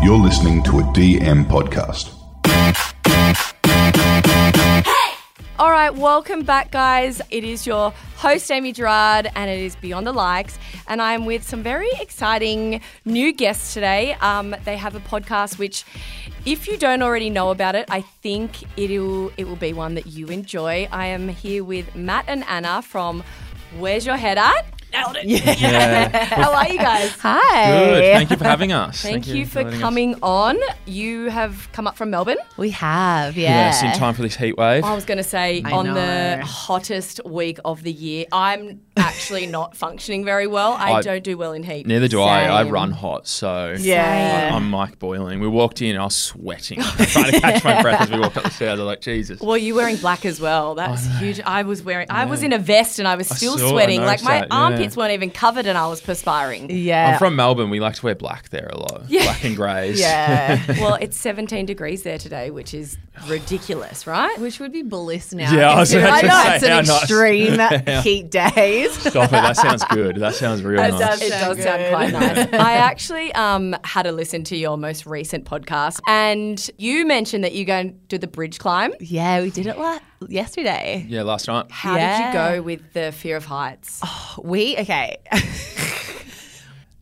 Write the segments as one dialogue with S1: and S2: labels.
S1: You're listening to a DM podcast.
S2: All right, welcome back, guys. It is your host, Amy Gerard, and it is Beyond the Likes. And I'm with some very exciting new guests today. Um, they have a podcast which, if you don't already know about it, I think it'll, it will be one that you enjoy. I am here with Matt and Anna from Where's Your Head At? Nailed it.
S3: Yeah.
S2: How are you guys?
S3: Good.
S4: Hi.
S3: Thank you for having us.
S2: Thank, you, for
S4: letting us-
S2: coming on. You have come up from Melbourne.
S4: We have, yeah.
S3: Yes, in time for this heat wave.
S2: I was going to say
S4: I
S2: on the
S4: know.
S2: hottest week of the year. I'm actually not functioning very well. I,
S3: I-
S2: don't do well in heat.
S3: Neither do I. I
S4: Same.
S3: run hot, so
S4: Yeah.
S3: I- I'm Mike boiling. We walked in, I was sweating, trying to catch my breath as we walked up the stairs. I was like, Jesus.
S2: Well, you're wearing black as well. That's huge. I was wearing. I was in a vest and I was still
S3: saw- I
S2: sweating. Like
S3: noticed
S2: my
S3: that, yeah.
S2: armpits weren't even covered and I was perspiring.
S4: Yeah.
S3: I'm from Melbourne. We like to wear black there a lot. Black and greys.
S4: yeah.
S2: well, it's 17 degrees there today, which is ridiculous, right?
S4: Which would be bliss now.
S3: Yeah, I was
S4: considering
S3: about to
S4: know,
S3: say,
S4: it's an
S3: how nice.
S4: extreme heat days.
S3: Stop it. That sounds good. That sounds real
S4: That
S3: nice.
S4: does
S2: it
S4: sound
S2: does sound
S4: good.
S2: quite nice. I actually um, had a listen to your most recent podcast, and you mentioned that you go and do the bridge climb.
S4: yeah, we did it la- yesterday.
S3: Yeah, last night.
S2: How did you
S4: Yeah.
S2: go with the fear of heights?
S4: We okay.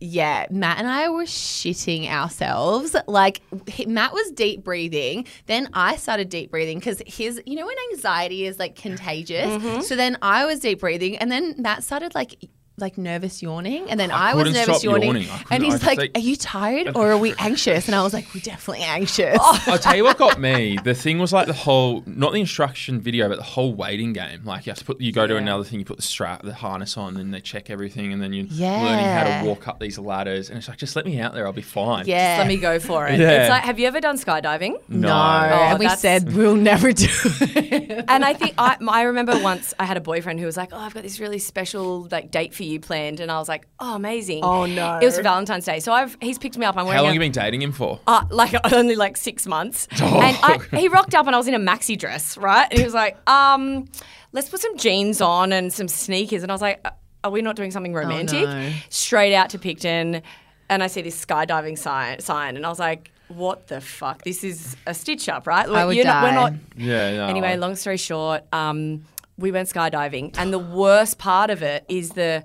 S4: yeah, Matt and I were shitting ourselves. Like he- Matt was deep breathing, then I started deep breathing because his, you know, when anxiety is like contagious. So then I was deep breathing, and then Matt started like. Like nervous yawning, and then I, was
S3: couldn't
S4: nervous
S3: stop
S4: yawning,
S3: yawning. I couldn't-
S4: and he's
S3: I
S4: like,
S3: think-
S4: "Are you tired or are we anxious?" And I was like, "We're definitely anxious."
S3: I'll tell you what got me. The thing was like the whole, not the instruction video, but the whole waiting game. Like you have to put, you go to another thing, you put the strap, the harness on, and they check everything, and then you're learning how
S4: Yeah.
S3: to walk up these ladders. And it's like, just let me out there, I'll be fine.
S4: yeah,
S2: Let me go for it.
S3: Yeah. Mm.
S2: It's like, have you ever done skydiving?
S4: no,
S3: No.
S4: and we
S2: that's-
S4: said we'll never do it.
S2: And I think I, I remember once I had a boyfriend who was like, "Oh, I've got this really special like date for you planned," and I was like, "Oh, amazing!"
S4: Oh, no.
S2: it was for Valentine's Day. So I've he's picked me up. I'm wearing
S3: How
S2: a-
S3: long have you been dating him for?
S2: Uh, like only like six months,
S4: Oh.
S2: and I, he rocked up and I was in a maxi dress, right? And he was like, "Um, let's put some jeans on and some sneakers," and I was like, "Uh, "Are we not doing something romantic?"
S4: Oh, no.
S2: Straight out to Picton, and I see this skydiving sign, sign and I was like, "What the fuck? This is a stitch up, right?
S4: I would
S2: You're not-
S4: die.
S2: we're not
S3: Yeah. No,
S2: Anyway, long story short, um, we went skydiving, and the worst part of it is the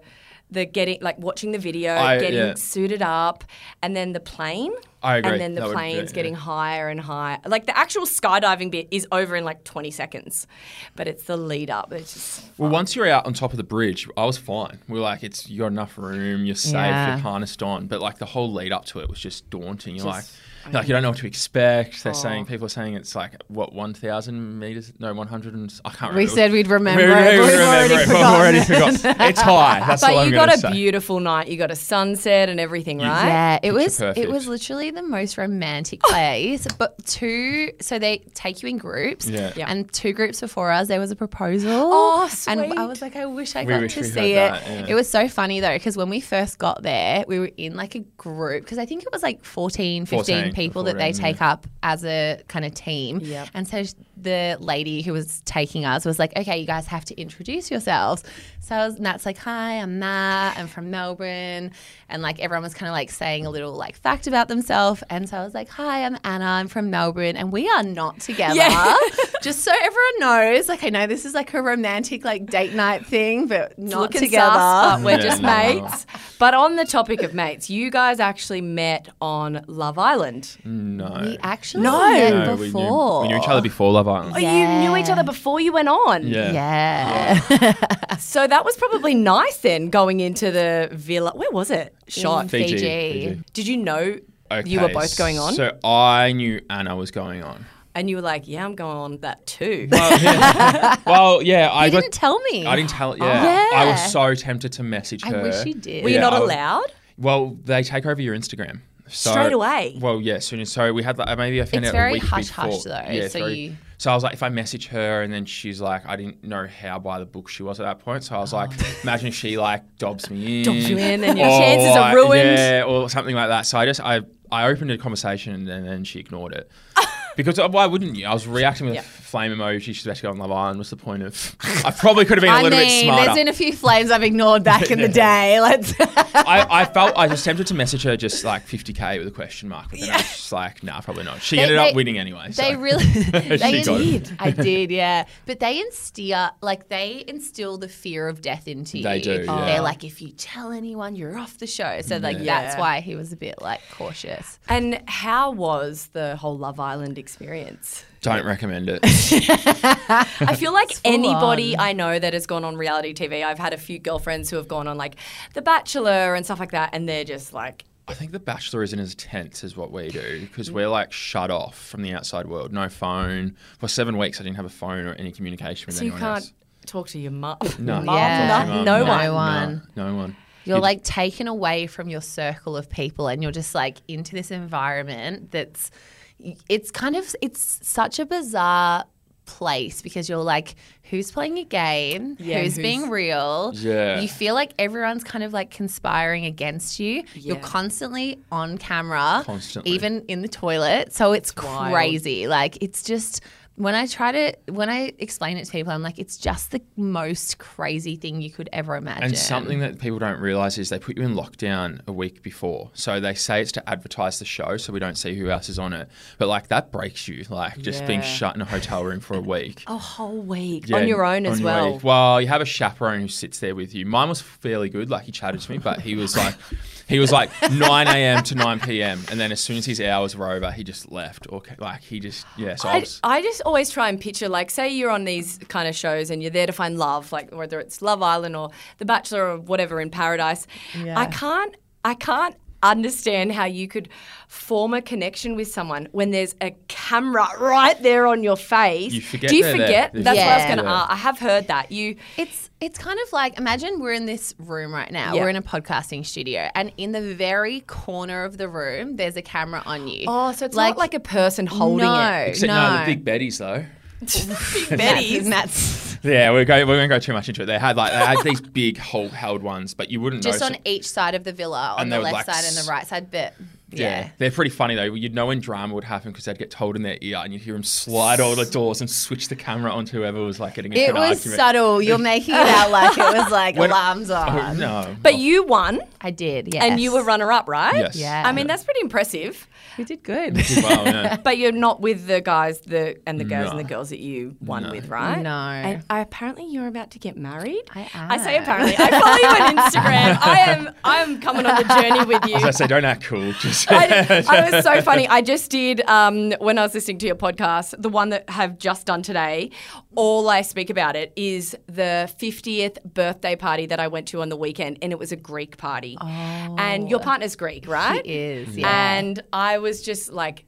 S2: the getting like watching the video,
S3: I-
S2: getting
S3: yeah.
S2: suited up, and then the plane.
S3: I agree.
S2: And then the
S3: That would be
S2: plane's
S3: it,
S2: getting
S3: yeah.
S2: higher and higher. Like the actual skydiving bit is over in like 20 seconds, but it's the lead up. It's just
S3: Well, once you're out on top of the bridge, I was fine. We are like, it's you got enough room, you're safe,
S4: Yeah.
S3: you're harnessed on. But like the whole lead up to it was just daunting. You're like, like you don't know what to expect. They're saying people are saying it's like what one thousand meters? No, one hundred and I can't remember.
S4: we said we'd remember.
S3: We- we-
S4: it,
S3: we
S4: but we've
S3: remember
S4: already
S3: it, but we've
S4: forgotten.
S3: already forgotten. It's high. That's all
S2: but
S3: I'm
S2: you got
S3: gonna
S2: a
S3: say.
S2: beautiful night. You got a sunset and everything, right?
S4: Yeah, it was it
S3: perfect.
S4: was literally the most romantic place. but two, so they take you in groups.
S3: Yeah.
S2: Yeah.
S4: And two groups before us, there was a proposal.
S2: Oh,
S4: And I
S2: sweet.
S4: was like, I wish I
S3: We
S4: got
S3: wish
S4: to
S3: we
S4: see it.
S3: heard that, yeah.
S4: It was so funny though, because when we first got there, we were in like a group because I think it was like 14, 15
S3: 14,
S4: people that they
S3: 14,
S4: take up as a kind of team.
S2: Yep.
S4: And so sh- the lady who was taking us was like, okay, you guys have to introduce yourselves. So I was, Matt's like, hi, I'm Matt. I'm from Melbourne. And like everyone was kind of like saying a little like fact about themselves. And so I was like, hi, I'm Anna. I'm from Melbourne. And we are not together.
S2: Yeah.
S4: Just so everyone knows, like I know this is like a romantic like date night thing, but not
S2: looking
S4: together.
S2: sus, but we're
S3: Yeah,
S2: just
S3: no, no, no.
S2: mates. But on the topic of mates, you guys actually met on Love Island.
S3: No.
S4: we actually
S2: No.
S4: met
S3: no, we knew,
S4: before.
S3: we knew each other before Love Island.
S2: Oh, you knew each other before you went on.
S3: Yeah.
S4: Yeah.
S2: So that was probably nice then going into the villa. Where was it? Shot.
S4: Fiji.
S3: Fiji, Fiji.
S2: Did you know
S3: Okay,
S2: you were both going on?
S3: So I knew Anna was going on.
S2: and you were like, yeah, I'm going on that too.
S3: Well, yeah, well, yeah I
S4: You
S3: got
S4: didn't tell me.
S3: I didn't tell it. Yeah.
S4: Yeah.
S3: I was so tempted to message
S4: I
S3: her.
S4: wish you did.
S2: Were you
S3: Yeah,
S2: not
S3: I-
S2: allowed?
S3: Well, they take over your Instagram. So,
S2: Straight away?
S3: Well, yeah, soon as so we had like maybe I found
S4: It's
S3: out
S4: very
S3: a week
S4: hush
S3: before.
S4: hush though,
S3: it's
S4: so you-
S3: So I was like, if I message her and then she's like, I didn't know how by the book she was at that point. So I was like,
S4: Oh.
S3: imagine if she like dobs me in, Oh,
S2: Dobs you in and your
S3: or,
S2: chances are
S3: like,
S2: ruined.
S3: yeah, or something like that. So I just I I opened a conversation and then, then she ignored it. Because uh, why wouldn't you? I was reacting with a
S4: Yeah.
S3: flame emoji. She's about to go on Love Island. What's the point of? I probably could have been a
S4: I
S3: little bit
S4: mean,
S3: smarter.
S4: there's been a few flames I've ignored back in the day. Let's.
S3: I, I felt I was tempted to message her just like 50k with a question mark, but then I was just like, nah, probably not. She
S4: They-
S3: ended up
S4: they-
S3: winning anyway. so.
S4: They really they
S3: got it.
S4: I did, yeah. But they instill like they instill the fear of death into you.
S3: They do, yeah.
S4: They're like, if you tell anyone, you're off the show. So like that's
S2: Yeah.
S4: why he was a bit like cautious.
S2: And how was the whole Love Island experience?
S3: Don't recommend it.
S2: I feel like anybody I know that has gone on reality TV, I've had a few girlfriends who have gone on like The Bachelor and stuff like that, and they're just like,
S3: I think The Bachelor isn't as tense as what we do because we're like shut off from the outside world. No phone. For seven weeks, I didn't have a phone or any communication with
S2: so you
S3: anyone
S2: can't
S3: else.
S2: talk to your mum.
S3: No,
S2: mum,
S4: Yeah.
S2: no-
S3: no,
S2: no
S3: no,
S2: one.
S4: No one.
S3: No, no one.
S4: You're
S3: You'd-
S4: like taken away from your circle of people and you're just like into this environment that's it's kind of it's such a bizarre place because you're like who's playing a game
S2: Yeah,
S4: who's,
S2: who's-
S4: being real
S3: Yeah.
S4: you feel like everyone's kind of like conspiring against you you're
S2: Yeah.
S4: constantly on camera
S3: Constantly.
S4: even in the toilet so it's
S2: wild.
S4: crazy like it's just when I try to when I explain it to people I'm like it's just the most crazy thing you could ever imagine
S3: And something that people don't realize is they put you in lockdown a week before. So they say it's to advertise the show so we don't see who else is on it. But like that breaks you, like just being
S2: Yeah.
S3: shut in a hotel room for a week.
S2: A whole week
S3: Yeah,
S2: on your own
S3: on
S2: as
S3: your
S2: well.
S3: week. Well, you have a chaperone who sits there with you. Mine was fairly good. Like he chatted to me, but he was like, he was like 9 a.m. to 9 p.m. And then as soon as his hours were over, he just left. Or ca- like he just yeah. So I,
S2: I,
S3: was,
S2: I just always try and picture like say you're on these kind of shows and you're there to find love like whether it's Love Island or The Bachelor or whatever in Paradise I can't I can't understand how you could form a connection with someone when there's a camera right there on your face
S3: You forget
S2: do you
S3: they're there.
S2: forget
S3: You
S2: that's what I was
S4: forget.
S2: going to
S3: Yeah.
S2: ask I have heard that you
S4: It's it's kind of like imagine we're in this room right now.
S2: Yeah.
S4: We're in a podcasting studio, and in the very corner of the room, there's a camera on you.
S2: oh so it's not like a person holding
S4: no,
S2: it
S3: except no.
S4: no,
S3: the big Bettys though.
S2: Big Betty's.
S4: And that's
S3: Yeah, we go. We won't go too much into it. They had like they had these big hold held ones, but you wouldn't
S4: just
S3: notice
S4: on
S3: it.
S4: each side of the villa, on
S3: And
S4: the
S3: they would,
S4: left
S3: like,
S4: side and the right side. But
S3: Yeah.
S4: yeah,
S3: they're pretty funny though. You'd know when drama would happen because they'd get told in their ear, and you'd hear them slide all the doors and switch the camera onto whoever was like getting into
S4: it
S3: an
S4: was
S3: argument.
S4: subtle. You're making it out like it was like
S3: When-
S4: alarms
S3: Oh,
S4: on.
S3: no,
S2: but you won
S4: I did, yes.
S2: and you were runner up right
S3: yes,
S4: Yeah.
S2: I mean that's pretty impressive
S4: You did good.
S3: Wow, yeah.
S2: But you're not with the guys the and the girls and the
S3: No.
S2: girls that you won with, right?
S4: No.
S2: And I, apparently you're about to get married.
S4: I
S2: I say
S4: am.
S2: apparently. I follow you on Instagram. I am I am coming on the journey with you.
S3: As I say, don't act cool. Just
S2: I, I was so funny. I just did um, when I was listening to your podcast, the one that I've just done today. All I speak about it is the 50th birthday party that I went to on the weekend, and it was a Greek party.
S4: Oh.
S2: And your partner's Greek, right?
S4: is, yeah.
S2: And I was just like,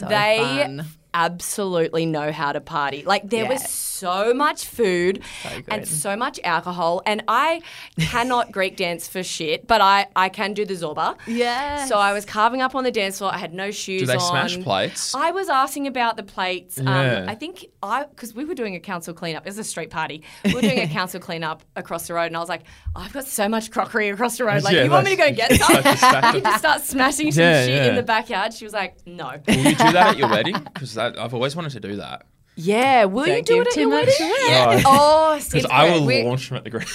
S2: they
S4: fun.
S2: absolutely know how to party. Like there
S4: Yeah.
S2: was so much food and so much alcohol, and I cannot Greek dance for shit, but I I can do the zorba.
S4: Yes.
S2: So I was carving up on the dance floor. I had no shoes.
S3: Do they
S2: on.
S3: smash plates?
S2: I was asking about the plates.
S3: Yeah.
S2: Um, I think I because we were doing a council cleanup. It was a street party. We were doing a council cleanup across the road, and I was like, "Oh, I've got so much crockery across the road. Like,
S3: Yeah,
S2: you want me to go
S3: that's-
S2: get some? you just start smashing some
S3: Yeah,
S2: shit
S3: yeah.
S2: in the backyard. She was like, No.
S3: Will you do that at your wedding? Because I've always wanted to do that.
S2: Yeah, will you
S4: Don't
S2: do
S4: give
S2: it at
S4: too
S2: your
S4: much
S2: wedding?
S4: away.
S2: Yeah. Oh, see,
S3: Because I will
S4: we-
S3: launch them at the ground.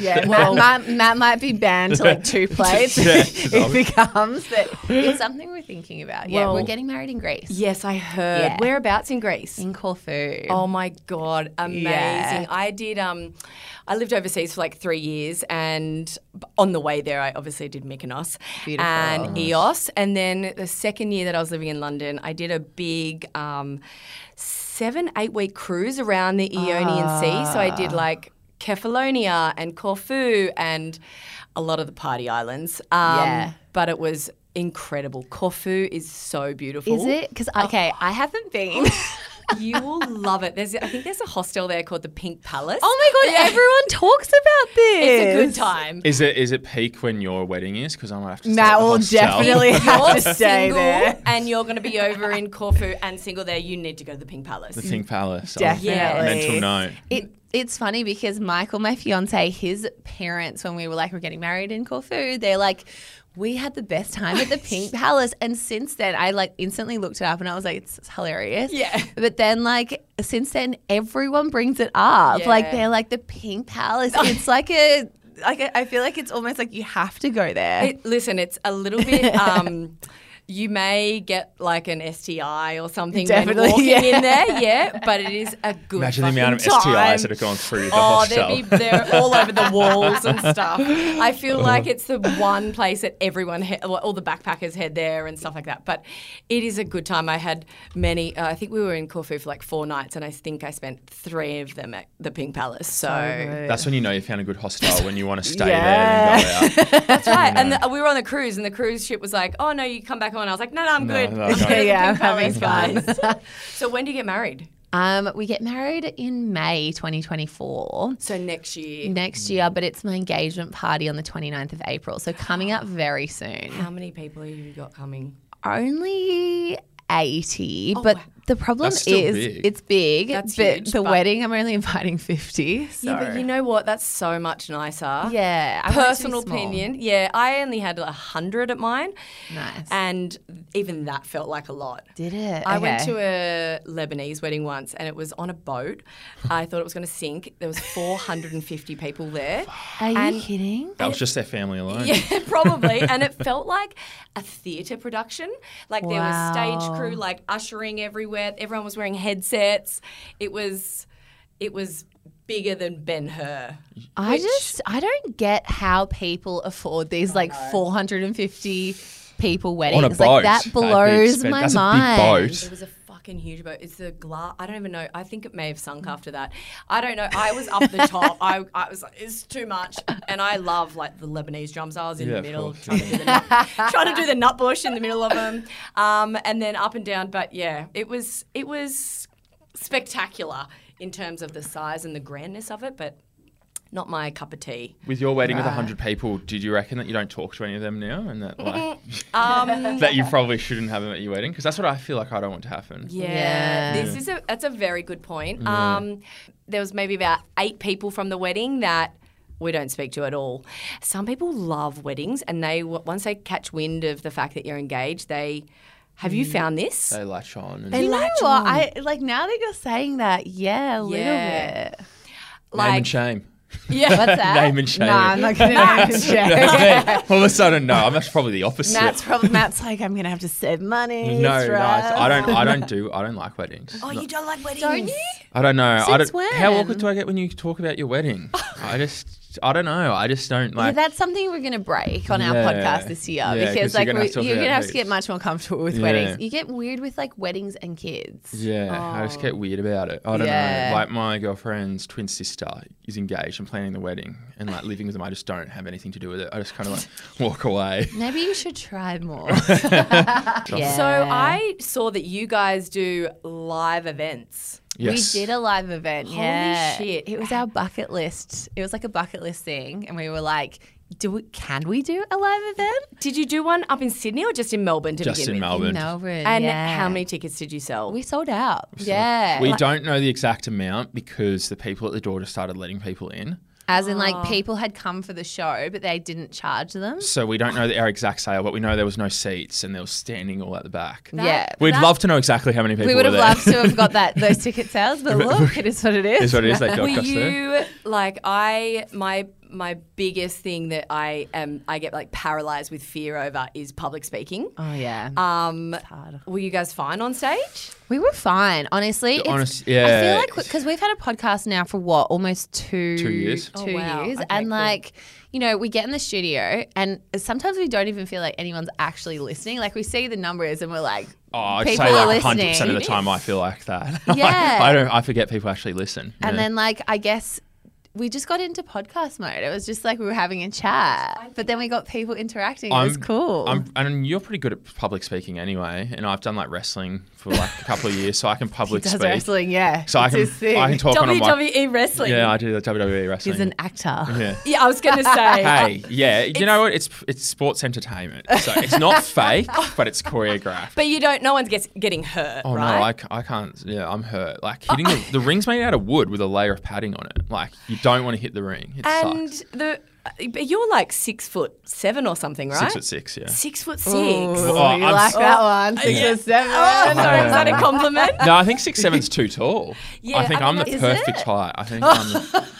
S4: Yeah, Matt, Matt, Matt might be banned to like two plates
S3: Yeah.
S4: if it becomes, but it's something we're thinking about. Yeah, we're
S2: Well-
S4: getting married in Greece.
S2: Yes, I heard.
S4: Yeah.
S2: Whereabouts in Greece?
S4: In Corfu.
S2: Oh my god, amazing!
S4: Yeah.
S2: I did. Um, I lived overseas for like three years, and b- on the way there, I obviously did Mykonos
S4: Beautiful.
S2: and EOS, and then the second year that I was living in London, I did a big um, seven eight week cruise around the Ionian Sea. So I did
S4: Ah.
S2: like Kefalonia and Corfu and a lot of the party islands. Um,
S4: Yeah.
S2: but it was incredible. Corfu is so beautiful.
S3: Oh.
S4: Is it? Because, okay, I haven't been.
S2: You will love it. There's, I think there's a hostel there called the Pink Palace.
S4: oh my God, everyone talks about this.
S2: it's a good time.
S3: Is it is it peak when your wedding is? Because I might have to. stay
S4: Matt
S3: at the
S4: will
S3: hostel.
S4: definitely have to
S2: You're
S4: stay
S2: single
S4: there.
S2: and you're going to be over in Corfu and single there. You need to go to the Pink Palace.
S3: The Think Palace.
S4: Definitely.
S3: Oh, Mental
S4: Yes.
S3: note.
S4: It, it's funny because Michael, my fiance, his parents, when we were like, we're getting married in Corfu, they're like, we had the best time at the Pink Palace. And since then, I like instantly looked it up and I was like, it's it's hilarious.
S2: Yeah.
S4: But then, like, since then, everyone brings it up. Like,
S2: Yeah.
S4: they're like, the Pink Palace. It's like a, like, I feel like it's almost like you have to go there.
S2: It- listen, it's a little bit. Um, you may get like an STI or something
S4: Definitely,
S2: when walking
S4: yeah.
S2: in there, yeah. But it is a good.
S3: Imagine the amount of
S2: fucking time.
S3: STIs that have gone through the
S2: Oh,
S3: hotel.
S2: they'd be, they're all over the walls and stuff. I feel like it's the one place that everyone, he- well, all the backpackers head there and stuff like that. But it is a good time. I had many, uh, I think we were in Corfu for like four nights, and I think I spent three of them at the Pink Palace. So,
S3: That's when you know you found a good hostel when you want to stay there
S4: Yeah.
S3: and go out.
S2: that's right. And the, we were on the cruise, and the cruise ship was like, oh, no, you come back on. I was like, no, no, I'm
S3: No,
S2: good.
S3: no,
S2: Let's go to
S3: no.
S2: the
S4: Yeah,
S2: Pink
S4: I'm
S2: Palace,
S4: having
S2: guys. so, when do you get married?
S4: Um, we get married in May 2024.
S2: So, next year.
S4: Next
S2: Mm.
S4: year, but it's my engagement party on the 29th of April. So coming up very soon.
S2: How many people have you got coming?
S4: only 80 but
S2: Oh, wow.
S4: the problem
S3: That's still
S4: is
S3: big.
S4: it's big
S2: That's
S4: but
S2: huge,
S4: the
S2: but-
S4: wedding i'm only inviting 50 so
S2: Yeah, but you know what? That's so much nicer.
S4: yeah I want it to be
S2: personal
S4: small.
S2: opinion. Yeah, I only had a hundred at mine,
S4: nice
S2: and even that felt like a lot.
S4: did it
S2: I went to a Lebanese wedding once, and it was on a boat. I thought it was going to sink. There was 450 people there.
S4: are you
S2: and-
S4: kidding
S3: That was just their family alone.
S2: Yeah, probably. and it felt like a theatre production. Like there was stage crew like ushering everywhere. Everyone was wearing headsets. It was, it was bigger than Ben Hur.
S4: i just i don't get how people afford these like 450 people weddings
S3: On a
S4: like
S3: boat.
S4: that
S3: That'd be
S4: blows
S3: expen-
S4: my
S3: that's
S4: mind
S3: a big boat.
S2: It was a fucking huge boat. It's the glass. I don't even know. I think it may have sunk after that. I don't know. I was up the top. I, I was like, it's too much. And I love like the Lebanese drums. I was in
S3: Yeah,
S2: the
S3: of
S2: middle
S3: course,
S2: trying, to do the nut, trying to do the nut bush in the middle of them, um, and then up and down. But yeah, it was it was spectacular in terms of the size and the grandness of it, but not my cup of tea.
S3: With your wedding with with 100 people, did you reckon that you don't talk to any of them now and that like
S4: Mm-hmm.
S2: Um,
S3: that you probably shouldn't have them at your wedding? Because that's what I feel like I don't want to happen.
S2: Yeah,
S4: Yeah.
S2: this is a that's a very good point. Um, there was maybe about eight people from the wedding that we don't speak to at all. Some people love weddings, and they w- once they catch wind of the fact that you're engaged, they have you found this?
S3: Mm. They latch on. And
S4: you
S3: name
S4: know what? I like now that you're saying that. Yeah, a little
S2: Yeah.
S4: bit.
S3: and shame.
S2: yeah,
S4: What's that?
S3: Name and shame.
S4: Nah, I'm not gonna name and shame.
S3: Then All of a sudden, no, I'm that's probably the opposite.
S4: Matt's probably Matt's like, I'm gonna have to save money.
S3: no, no, it's-
S4: stress."
S3: I don't. I don't do. I don't like weddings.
S2: oh, you don't like weddings,
S4: Don't you?
S3: I don't know. I
S4: Since
S3: don't, How
S4: when?
S3: awkward do I get when you talk about your wedding? I just. I don't know. I just don't
S4: Yeah,
S3: like.
S4: that's something we're going to break on our
S3: Yeah.
S4: podcast this year
S3: Yeah,
S4: because
S3: 'cause
S4: like
S3: you're gonna
S4: we-
S3: have to talk
S4: you're
S3: about
S4: going to have to
S3: dates.
S4: get much more comfortable with
S3: Yeah.
S4: weddings. You get weird with like weddings and kids.
S3: Yeah, I just get weird about it. I don't
S4: Oh. Yeah.
S3: know. Like my girlfriend's twin sister is engaged and planning the wedding, and like living with them, I just don't have anything to do with it. I just kind of like walk away.
S4: Maybe you should try more.
S2: So I saw that you guys do live events.
S3: Yes,
S4: We did a live event.
S2: Holy
S4: yeah.
S2: shit.
S4: It was our bucket list. It was like a bucket list thing, and we were like, "Do we, can we do a live event?"
S2: Did you do one up in Sydney or just in Melbourne to
S3: just
S2: begin
S3: in
S2: with?
S3: Melbourne.
S4: Melbourne.
S2: And
S4: yeah.
S2: how many tickets did you sell?
S4: We sold out. yeah.
S3: We
S4: Like,
S3: don't know the exact amount because the people at the door just started letting people in.
S4: as in, like people had come for the show, but they didn't charge them.
S3: So we don't know the, our exact sale, but we know there was no seats and there was standing all at the back.
S4: yeah.
S3: We'd love to know exactly how many people
S4: We would
S3: were
S4: have
S3: there.
S4: loved to have got that those ticket sales, but look, it is what it is.
S3: is what it is. They
S2: Were
S3: docked us there.
S2: you like I my my biggest thing that I am I get like paralyzed with fear over is public speaking.
S4: Oh yeah,
S2: Um,
S4: hard.
S2: were you guys fine on stage?
S4: we were fine, honestly. It's,
S3: honest-
S4: I feel
S3: yeah.
S4: like because we've had a podcast now for what almost two
S3: Two years.
S4: two
S2: Oh, wow.
S4: years,
S2: Okay,
S4: and
S2: cool.
S4: like you know, we get in the studio, and sometimes we don't even feel like anyone's actually listening. Like we see the numbers, and we're like,
S3: Oh, I'd
S4: people
S3: say
S4: are
S3: like
S4: listening.
S3: 100% of the time I feel like that.
S4: Yeah.
S3: I, don't. I forget people actually listen.
S4: And
S3: Yeah.
S4: then like I guess we just got into podcast mode. It was just like we were having a chat, but then we got people interacting. it was
S3: I'm-
S4: cool.
S3: I'm, and you're pretty good at public speaking anyway. And I've done like wrestling for like a couple of years, so I can public
S4: Does
S3: speak.
S4: wrestling, yeah.
S3: So I
S4: It's
S3: can,
S4: his thing. E.
S3: I can talk on a mic.
S2: WWE E wrestling.
S3: Yeah, I do the WWE wrestling.
S4: He's an actor.
S3: yeah.
S2: Yeah, I was gonna say.
S3: Hey, yeah, you know what? It's it's sports entertainment, so it's not fake, but it's choreographed.
S2: But you don't. No one's gets, getting hurt,
S3: Oh
S2: right?
S3: no, I, ca- I can't. Yeah, I'm hurt. Like hitting the, the ring's made out of wood with a layer of padding on it. Like you don't want to hit the ring. It
S2: And
S3: sucks.
S2: the but you're like six foot seven or something, right?
S3: Six foot six, yeah.
S2: Six foot six.
S4: Ooh,
S3: Oh,
S4: you
S3: I'm
S4: like
S3: so-
S4: that one? Six or seven.
S2: Oh, sorry, is that a compliment?
S3: No, I think six seven's too tall.
S2: Yeah,
S3: I think
S2: I
S3: I am
S2: mean,
S3: the
S2: is
S3: perfect height. I think I'm the...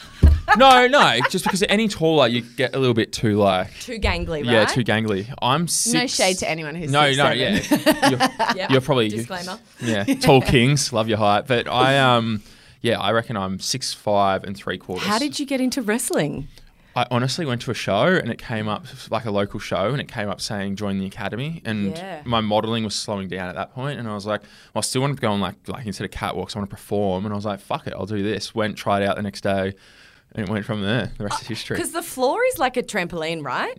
S3: No, no, just because any taller you get a little bit too like
S2: Too gangly, right?
S3: yeah, too gangly. I'm six.
S4: No shade to anyone who's
S3: No,
S4: six,
S3: no,
S4: seven.
S3: yeah. You're,
S2: Yep.
S3: you're probably
S2: Disclaimer.
S3: Yeah, tall kings love your height, but I um yeah, I reckon I'm six five and three quarters.
S2: How did you get into wrestling?
S3: I honestly went to a show and it came up like a local show and it came up saying join the academy and
S2: Yeah.
S3: my modeling was slowing down at that point and I was like well, I still wanted to go on like like instead of catwalks I want to perform and I was like fuck it I'll do this went tried out the next day and it went from there the rest is history
S2: Because the floor is like a trampoline, right?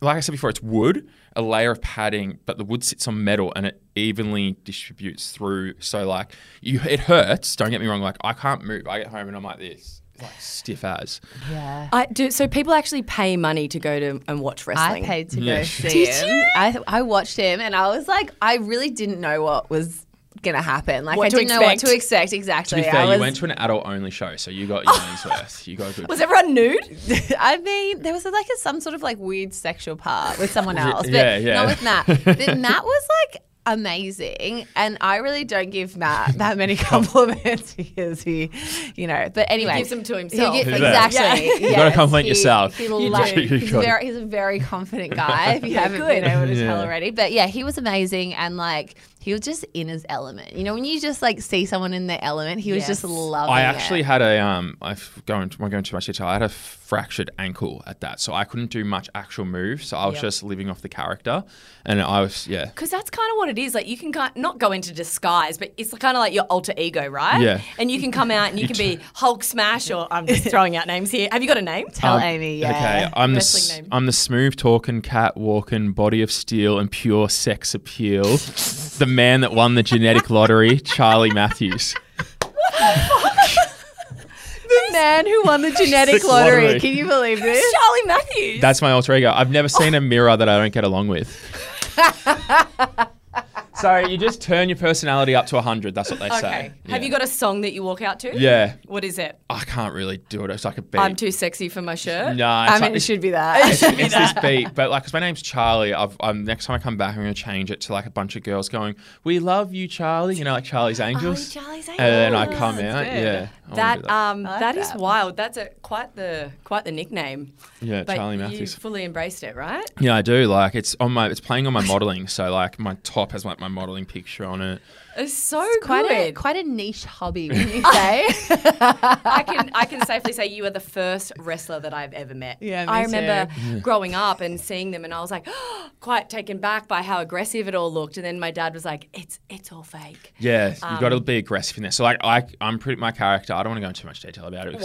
S3: like I said before it's wood a layer of padding but the wood sits on metal and it evenly distributes through so like you it hurts don't get me wrong like I can't move I get home and I'm like this like stiff as
S4: Yeah.
S2: I do. So people actually pay money to go to and watch
S4: I
S2: wrestling.
S4: paid to
S3: Yeah.
S4: go see him. I, I watched him and I was like, I really didn't know what was going to happen. Like,
S2: What
S4: I
S2: to
S4: didn't know what
S2: expect.
S4: to expect
S3: to
S4: exactly.
S3: be fair
S4: I was,
S3: you went to an adult only show so you got your money's worth you got a good
S2: Was everyone nude?
S4: I mean, there was like a, some sort of like weird sexual part with someone else, but
S3: Yeah, yeah.
S4: not with Matt. But Matt was like amazing, and I really don't give Matt that many compliments because he, you know. But anyway,
S2: gives them to himself.
S4: gi-
S2: Yeah.
S4: exactly.
S2: You
S3: gotta
S4: Yes,
S3: compliment
S4: he-
S3: yourself.
S4: He
S3: You
S4: loves,
S3: do. You
S4: he's,
S3: gotta-
S4: very, he's a very confident guy. If you haven't
S2: good.
S4: been able to tell
S3: Yeah.
S4: already, but yeah, he was amazing, and like he was just in his element. You know, when you just like see someone in their element, he was
S2: Yes.
S4: just
S2: Oh,
S4: loving.
S3: I
S4: it.
S3: actually had a um. I've going. I'm going too much detail. I had a fractured ankle at that, so I couldn't do much actual moves. So I was
S2: Yep.
S3: just living off the character, and I was yeah.
S2: Because that's kind of what it is. Like you can kind not go into disguise, but it's kind of like your alter ego, right?
S3: Yeah.
S2: And you can come out and you can be Hulk Smash, or I'm just throwing out names here. Have you got a name?
S4: tell Amy. Yeah.
S3: Um, Okay, I'm the
S2: Wrestling
S3: s-
S2: name.
S3: I'm the smooth talking cat walking body of steel and pure sex appeal, the man that won the genetic lottery, Charlie Matthews.
S4: the man who won the genetic
S3: Six lottery.
S4: lottery. Can you believe this?
S2: Charlie Matthews.
S3: That's my alter ego. I've never seen a mirror that I don't get along with. so you just turn your personality up to hundred. That's what they
S2: okay.
S3: say.
S2: Have you got a song that you walk out to?
S3: Yeah,
S2: What is it?
S3: I can't really do it. It's like a beat.
S2: I'm too sexy for my shirt.
S3: No,
S4: I
S3: it's,
S4: mean,
S3: like,
S4: it
S3: it's,
S4: should be that.
S3: it's this beat, but like, 'cause my name's Charlie. I've, I'm next time I come back, I'm gonna change it to like a bunch of girls going, "We love you, Charlie." You know, like Charlie's Angels.
S2: Charlie's
S3: And then I
S2: Angels.
S3: come out,
S4: That's good.
S3: yeah. I wanna do
S2: That um,
S4: I like
S2: that is
S4: that.
S2: wild. That's a quite the quite the nickname.
S3: yeah,
S2: But
S3: Charlie
S2: you
S3: Matthews.
S2: fully embraced it, right?
S3: Yeah, I do. Like, it's on my, it's playing on my modeling. So like, my top has like my modeling picture on it.
S2: It's so
S4: quite a
S2: good.
S4: quite a niche hobby, wouldn't you say?
S2: I can I can safely say you are the first wrestler that I've ever met.
S4: Yeah, me
S2: I remember growing up and seeing them, and I was like quite taken back by how aggressive it all looked. And then my dad was like, "It's it's all fake."
S3: Yeah, you have got
S2: Um,
S3: to be aggressive in there. So like, I, I'm pretty my character. I don't want to go into too much detail about it. 'cause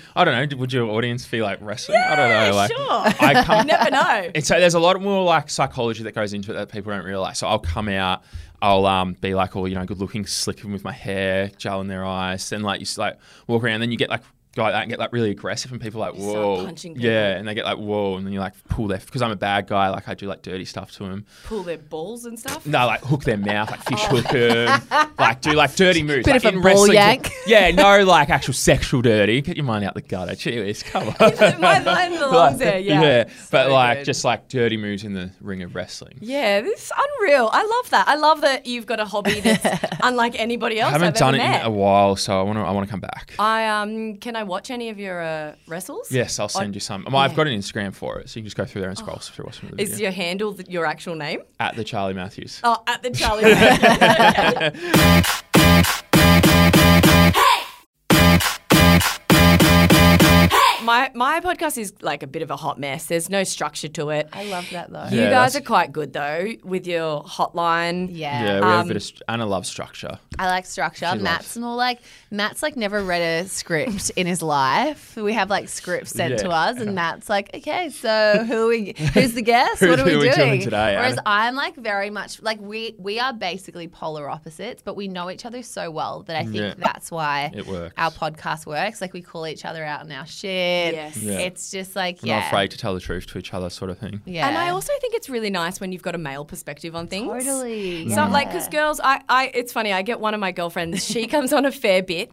S3: I, I don't know. Would your audience feel like wrestling? I don't know. Like,
S2: sure.
S3: I come,
S2: you never know.
S3: And so there's a lot more like psychology that goes into it that people don't realize. So I'll come out, I'll um, be like all you know, good looking, slick with my hair, gel in their eyes, and like you s- like walk around. Then you get like go like that and get like really aggressive, and people are like
S2: You start
S3: whoa,
S2: punching people.
S3: yeah, and they get like whoa, and then you like pull their because I'm a bad guy, like I do like dirty stuff to them.
S2: Pull their balls and stuff.
S3: No, like hook their mouth, like fish hook them, like do like dirty moves.
S4: Oh.
S3: like,
S4: Bit of a
S3: in
S4: ball
S3: wrestling-
S4: yank.
S3: Yeah, no, like actual sexual dirty. Get your mind out the gutter. Cheers, come on.
S2: my line belongs there. Yeah.
S3: but like
S4: good.
S3: just like dirty moves in the ring of wrestling.
S2: Yeah, this is unreal. I love that. I love that you've got a hobby that's unlike anybody else.
S3: I haven't
S2: have
S3: done it
S2: ever met.
S3: in a while, so I want to. I want to come back.
S2: I um, can I watch any of your uh, wrestles?
S3: yes, I'll send you some. Well, I've got an Instagram for it, so you can just go through there and scroll through watch some of the
S2: Oh, Is
S3: video.
S2: your handle th- your actual name?
S3: At the Charlie Matthews.
S2: Oh, at the Charlie. Okay. My, my podcast is like a bit of a hot mess. There's no structure to it.
S4: I love that though.
S2: You
S3: Yeah,
S2: guys
S3: that's-
S2: are quite good though with your hotline.
S3: yeah,
S4: Yeah.
S3: we have a
S2: Um,
S3: bit of. St- Anna loves structure.
S4: I like structure. Matt's more like Matt's like never read a script in his life. We have like scripts sent
S3: Yeah.
S4: to us, and Matt's like, okay, so who are we? Who's the guest?
S3: Who-
S4: what are we
S3: who are we
S4: doing?
S3: doing today,
S4: Whereas
S3: Anna?
S4: I'm like very much like we we are basically polar opposites, but we know each other so well that I think
S3: Yeah.
S4: that's why
S3: It works.
S4: our podcast works. Like we call each other out on our shit.
S2: Yes.
S3: Yeah.
S4: It's just like
S3: We're
S4: yeah,
S3: not afraid to tell the truth to each other, sort of thing.
S4: yeah,
S2: And I also think it's really nice when you've got a male perspective on things.
S4: totally
S2: So like, because girls, I, I, it's funny. I get one of my girlfriends. She comes on a fair bit,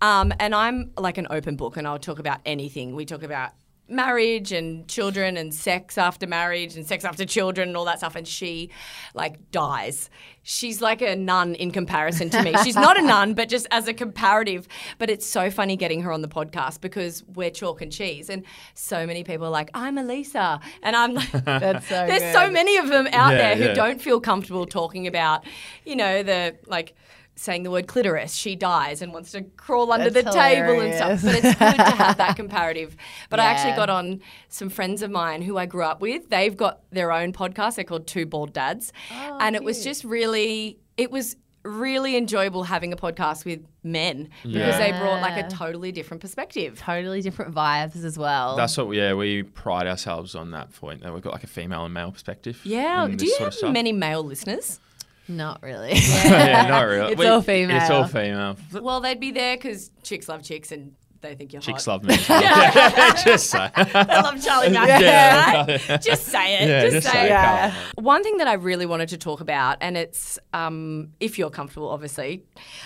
S2: Um, and I'm like an open book, and I'll talk about anything. We talk about marriage and children and sex after marriage and sex after children and all that stuff and she like dies she's like a nun in comparison to me she's not a nun but just as a comparative but it's so funny getting her on the podcast because we're chalk and cheese and so many people are like i'm elisa and i'm like
S4: That's so
S2: there's so many of them out
S3: Yeah,
S2: there who
S3: yeah.
S2: don't feel comfortable talking about, you know, the like saying the word clitoris, she dies and wants to crawl under
S4: That's
S2: the table and stuff. But it's good to have that comparative. But I actually
S4: Yeah.
S2: got on some friends of mine who I grew up with. They've got their own podcast. They're called Two Bald Dads.
S4: Oh,
S2: and it was just really it was really enjoyable having a podcast with men because they brought like a totally different perspective.
S4: Totally different vibes as well.
S3: That's what, yeah, we pride ourselves on that point. That we've got like a female and male perspective.
S2: Yeah.
S3: in
S2: Do
S3: this
S2: you
S3: sort of
S2: have
S3: stuff.
S2: many male listeners?
S4: Not really.
S3: yeah, not really.
S4: It's all female.
S3: It's all female.
S2: Well, they'd be there because chicks love chicks and they think you're
S3: Chicks
S2: hot.
S3: love me. as well. yeah, just say.
S2: I love Charlie Mack.
S3: Yeah.
S2: right? Just say it.
S3: Yeah,
S2: just,
S3: just
S2: say,
S3: say
S2: it.
S3: it, Yeah. Carl.
S2: One thing that I really wanted to talk about, and it's um, if you're comfortable, obviously,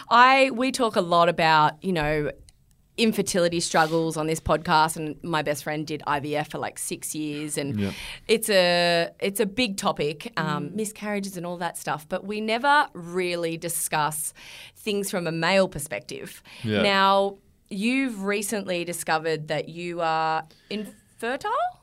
S2: I we talk a lot about you know infertility struggles on this podcast and my best friend did IVF for like 6 years and it's a it's a big topic um, miscarriages and all that stuff but we never really discuss things from a male perspective
S3: Yeah.
S2: now you've recently discovered that you are infertile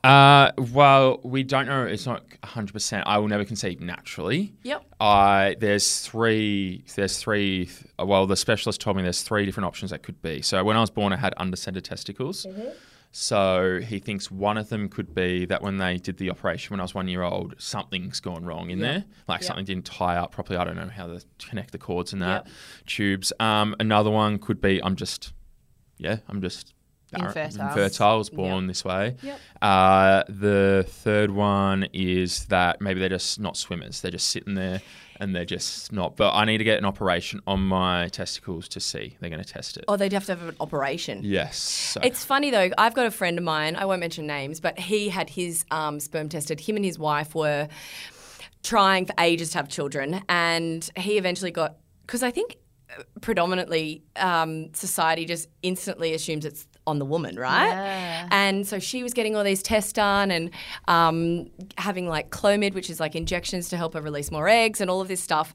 S3: Uh, well, we don't know. It's not 100%. I will never conceive naturally.
S2: Yep.
S3: I there's three there's three well the specialist told me there's three different options that could be. So when I was born I had undescended testicles. So he thinks one of them could be that when they did the operation when I was 1 year old something's gone wrong in there. Like something didn't tie up properly. I don't know how to connect the cords and that tubes. Um, another one could be I'm just yeah, I'm just
S4: Infertile.
S3: infertile. I was born this way. Uh, the third one is that maybe they're just not swimmers. They're just sitting there and they're just not. But I need to get an operation on my testicles to see. They're going to test it.
S2: or Oh, they'd have to have an operation
S3: Yes. So.
S2: It's funny though. I've got a friend of mine. I won't mention names, but he had his um, sperm tested. Him and his wife were trying for ages to have children, and he eventually got because I think uh, predominantly um, society just instantly assumes it's on the woman, right?
S4: Yeah.
S2: And so she was getting all these tests done and um, having like Clomid, which is like injections to help her release more eggs and all of this stuff.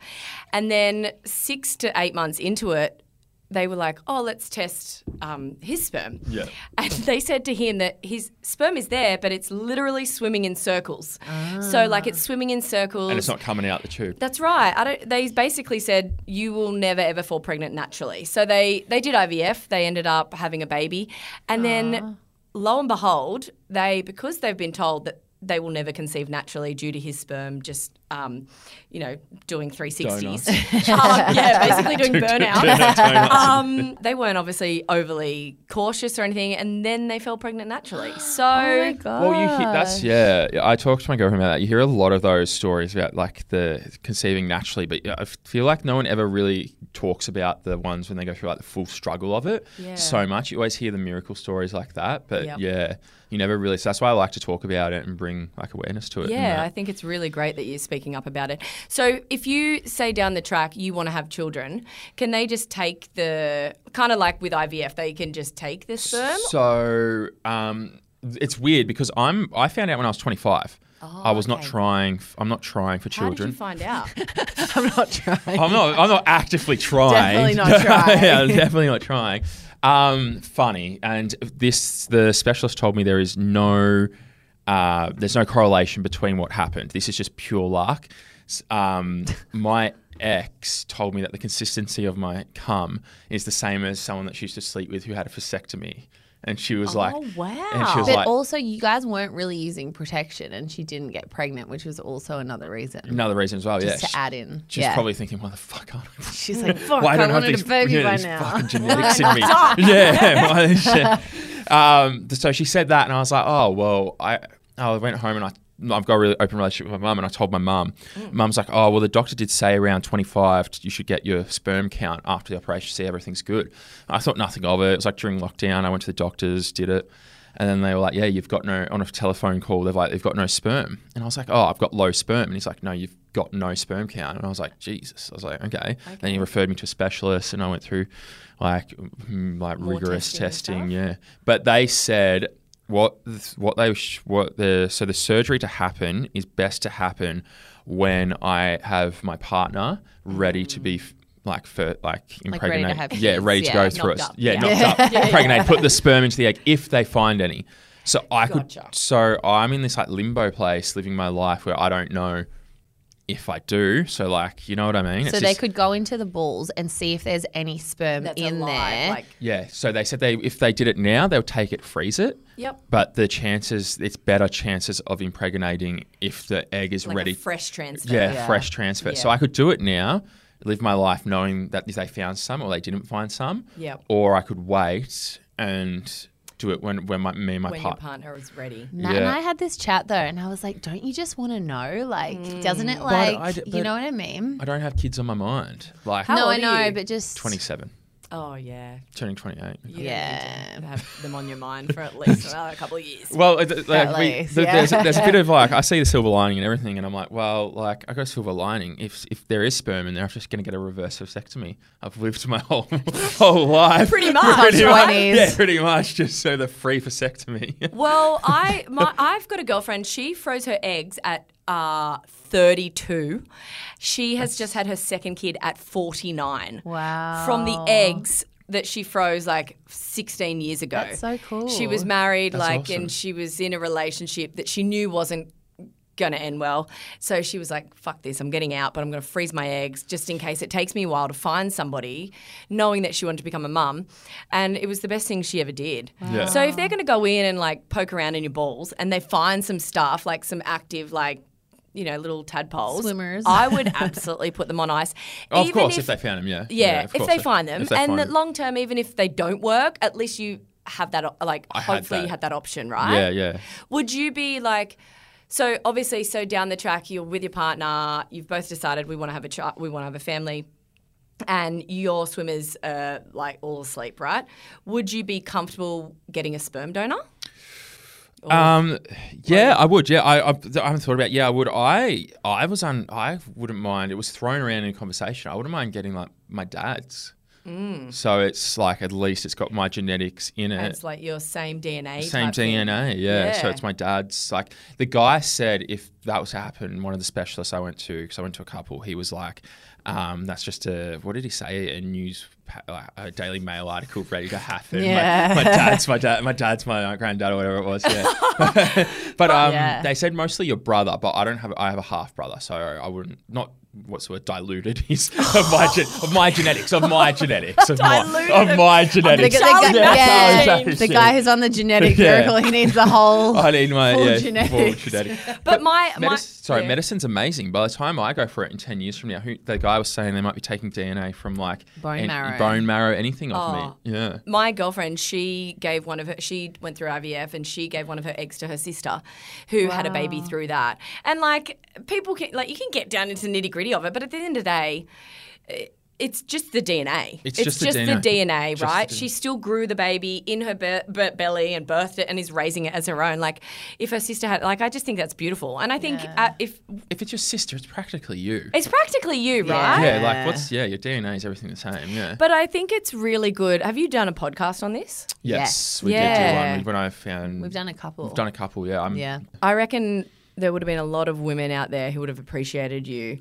S2: And then six to eight months into it, they were like, oh, let's test um, his sperm.
S3: Yeah.
S2: And they said to him that his sperm is there, but it's literally swimming in circles. So, like, it's swimming in circles.
S3: and it's not coming out the tube.
S2: That's right. I don't, they basically said you will never ever fall pregnant naturally. So they they did IVF. They ended up having a baby, and then lo and behold, they because they've been told that they will never conceive naturally due to his sperm just um, you know doing 360s um, yeah basically doing burnout um, they weren't obviously overly cautious or anything and then they fell pregnant naturally so
S4: god.
S3: Well, you hear,
S2: Ah.
S3: that's yeah. yeah, I talked to my girlfriend about that. You hear a lot of those stories about like the conceiving naturally, but yeah, I f- feel like no one ever really talks about the ones when they go through like the full struggle of it
S2: Yeah.
S3: so much. You always hear the miracle stories like that, but
S2: Yep.
S3: yeah, you never really. So that's why I like to talk about it and bring like awareness to it. and
S2: Yeah, I
S3: that.
S2: think it's really great that you're speaking up about it. So, if you say down the track you want to have children, can they just take the kind of like with IVF, they can just take the sperm?
S3: So um, th- it's weird because I'm. I found out when I was 25. I was not
S2: Oh, okay.
S3: trying. f- I'm not trying for
S2: How did
S3: children.
S2: you find out?
S4: I'm not trying.
S3: I'm not. I'm not actively trying.
S4: Definitely not trying.
S3: yeah, I'm definitely not trying. Um, funny, and this the specialist told me there is no, uh, there's no correlation between what happened. This is just pure luck. S- Um, my ex told me that the consistency of my cum is the same as someone that she used to sleep with who had a vasectomy, and she was like,
S2: oh, wow.
S3: and she was
S4: But
S3: like,
S4: also, you guys weren't really using protection, and she didn't get pregnant, which was also another reason
S3: another reason as well.
S4: just
S3: Mm, yeah,
S4: to add in.
S3: she's
S4: yeah.
S3: probably thinking, why the fuck aren't I
S4: She's like, fuck,
S3: why
S4: I,
S3: don't I have
S4: wanted
S3: these,
S4: a baby
S3: yeah,
S4: by
S3: these
S4: now.
S3: fucking genetics in me? yeah, why this shit? Um, th- so she said that, and I was like, oh well, I oh, I went home and I. I've got a really open relationship with my mum, and I told my mum.
S4: Mm.
S3: Mum's like, "Oh, well, the doctor did say around 25 t- you should get your sperm count after the operation, see everything's good." I thought nothing of it. It was like during lockdown, I went to the doctors, did it, and then they were like, "Yeah, you've got no." On a telephone call, they're like, "They've got no sperm," and I was like, "Oh, I've got low sperm," and he's like, "No, you've got no sperm count. And I was like, Jesus. I was like, okay. Then he referred me to a specialist and I went through like mm, like rigorous
S4: testing
S3: testing.
S4: and
S3: Yeah. But they said what th- what they sh- what the so the surgery to happen is best to happen when I have my partner ready to be f- like for like
S4: Mm. Like ready to
S3: impregnated.
S4: have
S3: yeah,
S4: kids,
S3: ready
S4: yeah,
S3: to go through it.
S4: knocked up,
S3: Yeah,
S4: yeah.
S3: knocked up, impregnated. Put the sperm into the egg if they find any. So I
S2: Gotcha.
S3: could. So I'm in this like limbo place, living my life where I don't know if I do. So like, you know what I mean?
S4: So
S3: It's
S4: they
S3: just-
S4: could go into the balls and see if there's any sperm
S2: That's
S4: in
S2: alive,
S4: there.
S2: Like,
S3: Yeah, so they said they if they did it now, they'll take it, freeze it.
S5: Yep.
S3: But the chances, it's better chances of impregnating if the egg is
S2: like
S3: ready.
S2: a fresh transfer.
S3: yeah,
S4: yeah.
S3: fresh transfer. So I could do it now, live my life knowing that if they found some or they didn't find some.
S2: Yep.
S3: Or I could wait and do it when when my me and my
S2: When your
S3: partner.
S2: partner is ready.
S4: Matt and
S3: Yeah.
S4: I had this chat though, and I was like, "Don't you just want to know? Like, doesn't it
S3: I
S4: like
S3: d-
S4: you
S3: but-
S4: know what I mean?"
S3: I don't have kids on my mind. Like
S2: How
S4: no,
S2: old
S4: I
S2: are
S4: know,
S2: you?
S4: but just
S3: twenty-seven,
S2: Oh yeah.
S3: turning twenty-eight.
S2: You
S4: Yeah.
S2: Don't need to have them on your mind for at least another couple of years.
S3: Well, it- it- like, we,
S4: least,
S3: th-
S4: yeah.
S3: there's, there's a bit of like I see the silver lining and everything, and I'm like, well, like I go silver lining. If if there is sperm in there, I'm just gonna get a reverse vasectomy. I've lived my whole whole life
S2: Pretty much,
S3: much-
S4: right?
S3: yeah, pretty much. Just so the free vasectomy.
S5: Well,
S2: I my I've got a girlfriend. She froze her eggs at uh, 32. She has just had her second kid at 49.
S4: Wow.
S2: From the eggs that she froze like 16 years ago.
S4: That's so cool.
S2: She was married, like,
S3: awesome.
S2: and she was in a relationship that she knew wasn't gonna end well. So she was like, "Fuck this! I'm getting out, but I'm gonna freeze my eggs just in case it takes me a while to find somebody." Knowing that she wanted to become a mum, and it was the best thing she ever did.
S3: Yeah.
S2: So if they're gonna go in and like poke around in your balls, and they find some stuff like some active like. You know, little tadpoles.
S4: Swimmers.
S2: I would absolutely put them on ice.
S3: Oh, of
S2: Even
S3: course, if, they found them, yeah,
S2: yeah,
S3: of
S2: if
S3: course,
S2: they find them,
S3: if they
S2: and
S3: find
S2: that
S3: them.
S2: long term, even if they don't work, at least you have that. o- Like,
S3: had
S2: hopefully, you had
S3: that.
S2: that option, right?
S3: yeah, yeah.
S2: Would you be like, so obviously, so down the track, you're with your partner, you've both decided we want to have a child, we want to have a family, and your swimmers are like all asleep, right? Would you be comfortable getting a sperm donor?
S3: Um, yeah, I would. Yeah, I, I, I haven't thought about. Yeah, I would. I I was on. I wouldn't mind. It was thrown around in conversation. I wouldn't mind getting like my dad's. So it's like at least it's got my genetics in it.
S2: It's like your same DNA.
S3: Same
S2: type thing.
S3: DNA, yeah. So
S2: Yeah.
S3: it's my dad's. Like the guy said, if that was to happen, one of the specialists I went to, because I went to a couple, he was like, um, "That's just a what did he say? A news, pa- like, a Daily Mail article ready to happen."
S4: Yeah.
S3: My, my dad's my dad, my dad's my granddad or whatever it was. Yeah. but um,
S4: Yeah.
S3: they said mostly your brother, but I don't have. I have a half brother, so I wouldn't not. What's the word? Diluted his of my gen- of my genetics of my genetics of my of my
S4: the,
S3: genetics.
S4: the guy,
S3: Yeah,
S4: yeah,
S3: exactly.
S4: the guy who's on the genetic
S3: Yeah.
S4: miracle, he needs the whole.
S3: I need my
S4: Full
S3: yeah, full
S4: genetics.
S3: genetic.
S2: But my, my
S3: Medic- sorry,
S2: yeah.
S3: medicine's amazing. By the time I go for it in ten years from now, who, the guy was saying they might be taking DNA from like
S4: Bone marrow. Oh.
S3: bone marrow, anything of me. Yeah,
S2: my girlfriend, she gave one of her, she went through IVF and she gave one of her eggs to her sister who had a baby through that. And like, people can, like, you can get down into the nitty gritty of it, but at the end of the day, i- it's just the DNA.
S3: It's just the
S2: the
S3: DNA.
S2: DNA,
S3: the
S2: right?
S3: DNA.
S2: She still grew the baby in her be- be- belly and birthed it and is raising it as her own. Like, if her sister had, like, I just think that's beautiful. And I think uh, if
S3: if it's your sister, it's practically you.
S2: it's practically you, right?
S3: yeah, like what's yeah, your DNA is everything the same. Yeah.
S2: But I think it's really good. Have you done a podcast on this?
S3: yes, we did do
S2: Yeah.
S3: one when I found
S4: We've done a couple.
S3: We've done a couple. Yeah, I'm,
S4: yeah.
S2: I reckon there would have been a lot of women out there who would have appreciated you,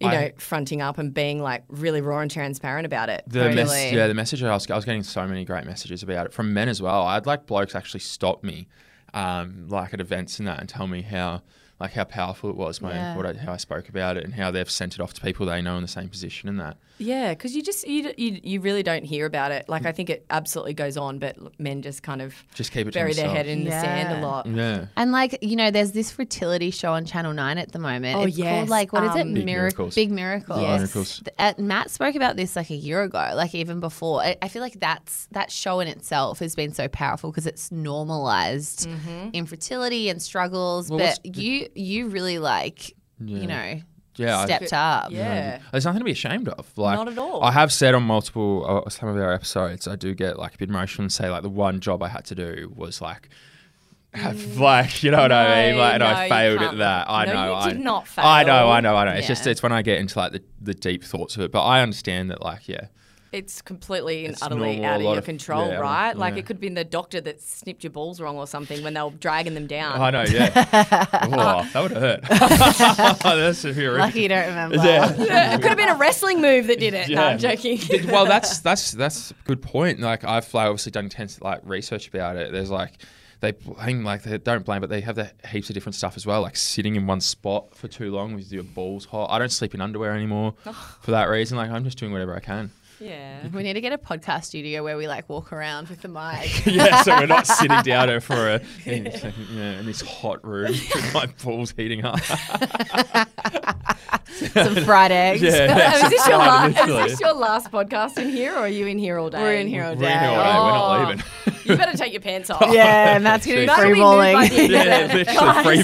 S2: you
S3: I-
S2: know, fronting up and being like really raw and transparent about it.
S3: The mes-
S4: Totally.
S3: yeah, the message I was, I was getting so many great messages about it from men as well. I'd like blokes actually stop me, um, like at events and that, and tell me how like how powerful it was, my
S4: Yeah.
S3: what I, how I spoke about it, and how they've sent it off to people they know in the same position and that.
S2: Yeah, because you just you, d- you you really don't hear about it. Like I think it absolutely goes on, but l- men just kind of
S3: Just keep it to
S2: bury their head in the
S4: Yeah.
S2: sand a lot.
S3: Yeah.
S4: And like you know, there's this fertility show on Channel Nine at the moment.
S2: Oh,
S4: it's called
S2: yes.
S4: like what is it?
S2: Um,
S3: Big
S4: Miracle,
S3: Miracles.
S4: Big Miracles.
S3: Yes. Miracles.
S4: Th- uh, Matt spoke about this like a year ago, like even before. I, I feel like that's that show in itself has been so powerful because it's normalized
S2: Mm-hmm.
S4: infertility and struggles.
S3: what's
S4: but you you really like you know
S3: Yeah, I-
S4: stepped up.
S2: Yeah.
S3: There's nothing to be ashamed of. Like,
S2: Not at all.
S3: I have said on multiple uh, some of our episodes, I do get like a bit emotional and say like the one job I had to do was like have like you know what I
S2: Mm. No,
S3: mean? Like, and
S2: no,
S3: I
S2: you
S3: failed
S2: can't.
S3: at that. I
S2: No,
S3: know.
S2: you
S3: I,
S2: did not
S3: I know.
S2: fail.
S3: I know. I know. It's just
S4: Yeah.
S3: it's when I get into like the, the deep thoughts of it. But I understand that like yeah,
S2: It's completely and
S3: It's
S2: utterly
S3: normal, a
S2: out of
S3: lot
S2: your
S3: of-
S2: control,
S3: yeah,
S2: right? Like
S3: yeah.
S2: it could have been the doctor that snipped your balls wrong or something when they were dragging them down.
S3: I know. Yeah, Whoa, that would have hurt. That's a few
S4: Lucky you don't remember.
S2: Yeah, it could have been a wrestling move that did it. No, I'm
S3: Yeah.
S2: joking.
S3: Th- well, that's that's that's a good point. Like I've like, obviously done intense like research about it. There's like they blame like they don't blame, but they have the heaps of different stuff as well. Like sitting in one spot for too long with your balls hot. I don't sleep in underwear anymore for that reason. Like I'm just doing whatever I can.
S2: yeah.
S4: We need to get a podcast studio where we like walk around with the mic.
S3: yeah, so we're not sitting down for a in, yeah, in this hot room. with My balls heating up.
S4: some fried eggs.
S3: yeah,
S2: Is this, your la-
S3: right,
S2: is
S3: literally.
S2: this your last podcast in here, or are you in here all day?
S4: We're in here all
S3: We're in here all day.
S4: day.
S3: We're
S2: Oh.
S3: not leaving.
S2: You better take your pants off.
S4: Yeah, and that's gonna be
S2: That'll
S4: free
S2: be moved by
S4: balling.
S2: the end.
S3: Yeah, literally
S2: Guys.
S3: free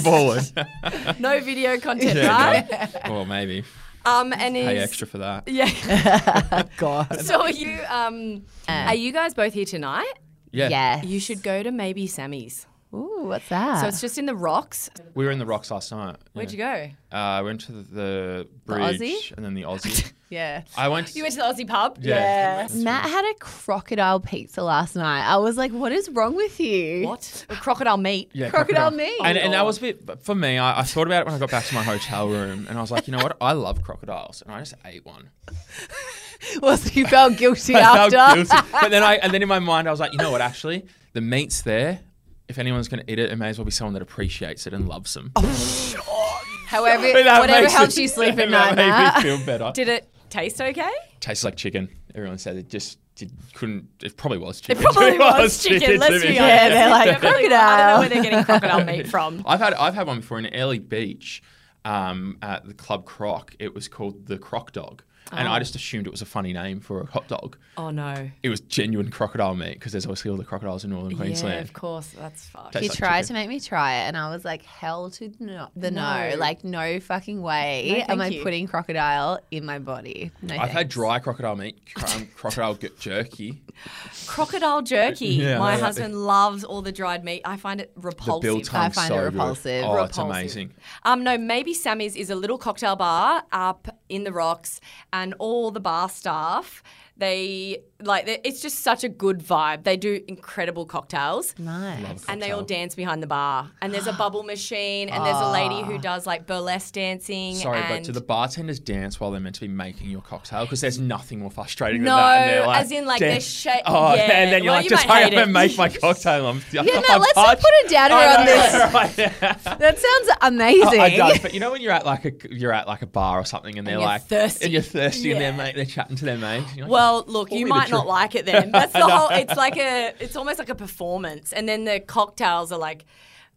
S3: balling.
S2: No video content, right?
S3: Yeah, no. Well, maybe
S2: Um, and is
S3: pay extra for that.
S2: yeah.
S4: God.
S2: So are you um, are you guys both here tonight?
S3: Yeah.
S4: Yeah.
S2: You should go to maybe Sammy's.
S4: Ooh, what's that?
S2: So it's just in the rocks.
S3: We were in the rocks last night.
S2: Where'd
S3: yeah.
S2: you go?
S3: go? Uh, I went to the, the
S4: Aussie?
S3: bridge and then the Aussie.
S4: yeah.
S3: I went.
S2: You went to the Aussie pub.
S3: yeah.
S4: Matt had a crocodile pizza last night. I was like, what is wrong with you?
S2: What? Crocodile meat.
S3: Yeah,
S4: Crocodile meat.
S3: And, and that was a bit but for me. I, I thought about it when I got back to my hotel room, and I was like, you know what? I love crocodiles, and I just ate one.
S4: Well, so you felt guilty
S3: I
S4: after.
S3: felt guilty. But then I, and then in my mind, I was like, you know what? Actually, the meat's there. If anyone's going to eat it, it may as well be someone that appreciates it and loves them.
S4: However,
S3: That
S4: whatever
S3: makes
S4: helps
S3: it-
S4: you sleep at
S3: that
S4: night.
S3: made
S4: Matt.
S3: me feel better.
S2: Did it taste okay?
S3: Tastes like chicken. Everyone said it just did, couldn't. It probably was chicken.
S2: Probably was chicken. Let's
S3: to
S2: be honest.
S4: Yeah, they're like,
S2: Definitely- I don't know
S4: crocodile.
S2: where they're getting crocodile meat from.
S3: I've had I've had one before in Early Beach um, at the Club Croc. It was called the Croc Dog, and I just assumed it was a funny name for a hot dog.
S2: Oh no.
S3: It was genuine crocodile meat because there's obviously all the crocodiles in northern
S2: Yeah,
S3: Queensland.
S2: of course. That's fucked.
S3: Tastes
S4: He
S3: like
S4: tried
S3: chicken.
S4: to make me try it, and I was like, hell to no, the no.
S2: No.
S4: Like, no fucking
S2: No,
S4: way
S2: thank
S4: am I
S2: you.
S4: putting crocodile in my body. No,
S3: I've had
S4: thanks.
S3: dry crocodile meat, cr- um, crocodile g- jerky,
S2: Crocodile jerky.
S3: Yeah,
S2: My
S3: I-
S2: husband loves all the dried meat. I find it
S3: the bill
S2: repulsive.
S3: tongue.
S4: I find
S3: so
S4: it
S3: good.
S4: repulsive.
S3: Oh, it's
S2: Repulsive.
S3: amazing.
S2: Um, no, maybe Sammy's is a little cocktail bar up in the rocks, and all the bar staff. They like they- it's just such a good vibe. They do incredible cocktails.
S4: Nice.
S2: And they all dance behind the bar. And there's a bubble machine, and there's a lady who does like burlesque dancing.
S3: Ah. Sorry,
S2: and
S3: but do the bartenders dance while they're meant to be making your cocktail? Because there's nothing more frustrating
S2: No,
S3: than that. And they're like,
S2: as in, like, they're
S3: dance-
S2: sha-
S3: Oh,
S2: yeah.
S3: and then you're
S2: Well,
S3: like,
S2: you
S3: just
S2: might
S3: hurry
S2: hate
S3: up and
S2: it.
S3: make my cocktail. I'm, yeah,
S4: Matt, let's not put a downer on this. That sounds amazing.
S3: I don't. But you know when you're at like a you're at like a bar or something, and they're
S2: you're
S3: like
S2: thirsty.
S3: and you're thirsty, and they're
S2: Yeah.
S3: mate, they're chatting to their mates. and you're like,
S2: Well, look,
S3: Only
S2: you
S3: the
S2: might not
S3: truth.
S2: like it then. That's the whole. It's like a. It's almost like a performance, and then the cocktails are like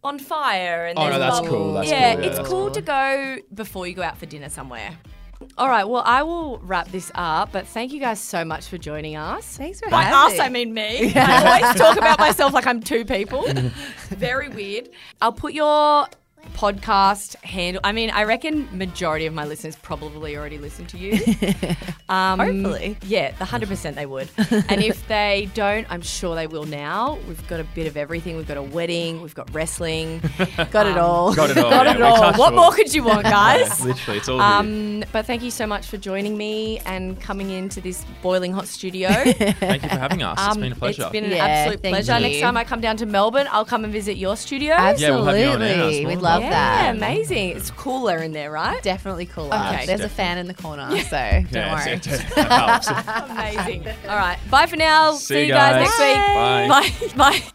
S2: on fire. And
S3: Oh,
S2: there's
S3: no, that's
S2: bubbles.
S3: cool, that's
S2: yeah,
S3: cool, yeah,
S2: it's
S3: that's
S2: cool to go before you go out for dinner somewhere. All right. Well, I will wrap this up. But thank you guys so much for joining us.
S4: Thanks for
S2: By
S4: having
S2: us, I mean me. I always talk about myself like I'm two people. Very weird. I'll put your podcast handle. I mean, I reckon majority of my listeners probably already listen to you. Um,
S4: Hopefully.
S2: Yeah, the 100% they would. and if they don't, I'm sure they will now. We've got a bit of everything. We've got a wedding, we've got wrestling.
S4: Got it all.
S3: Got it all.
S2: Got
S3: yeah,
S2: it
S3: we
S2: all.
S3: touched
S2: What more could you want,
S3: Yeah,
S2: guys?
S3: Literally, it's all. here.
S2: Um, but thank you so much for joining me and coming into this boiling hot studio.
S3: Thank you for having us. it's been a pleasure.
S2: um, It's been an
S4: Yeah,
S2: absolute
S4: thank
S2: pleasure.
S4: you.
S2: Next time I come down to Melbourne, I'll come and visit your studio.
S3: Yeah, we'll have
S4: Absolutely.
S3: you on air. It's
S4: We'd
S3: more
S4: love
S3: than-
S2: Yeah,
S4: that.
S2: amazing. It's cooler in there, right?
S4: Definitely cooler.
S2: Okay.
S4: There's a fan in the corner, so don't
S3: yeah,
S4: worry.
S3: it's- it- that helps.
S2: Amazing. All right. Bye for now. See, you guys, next week.
S3: Bye.
S2: Bye. Bye.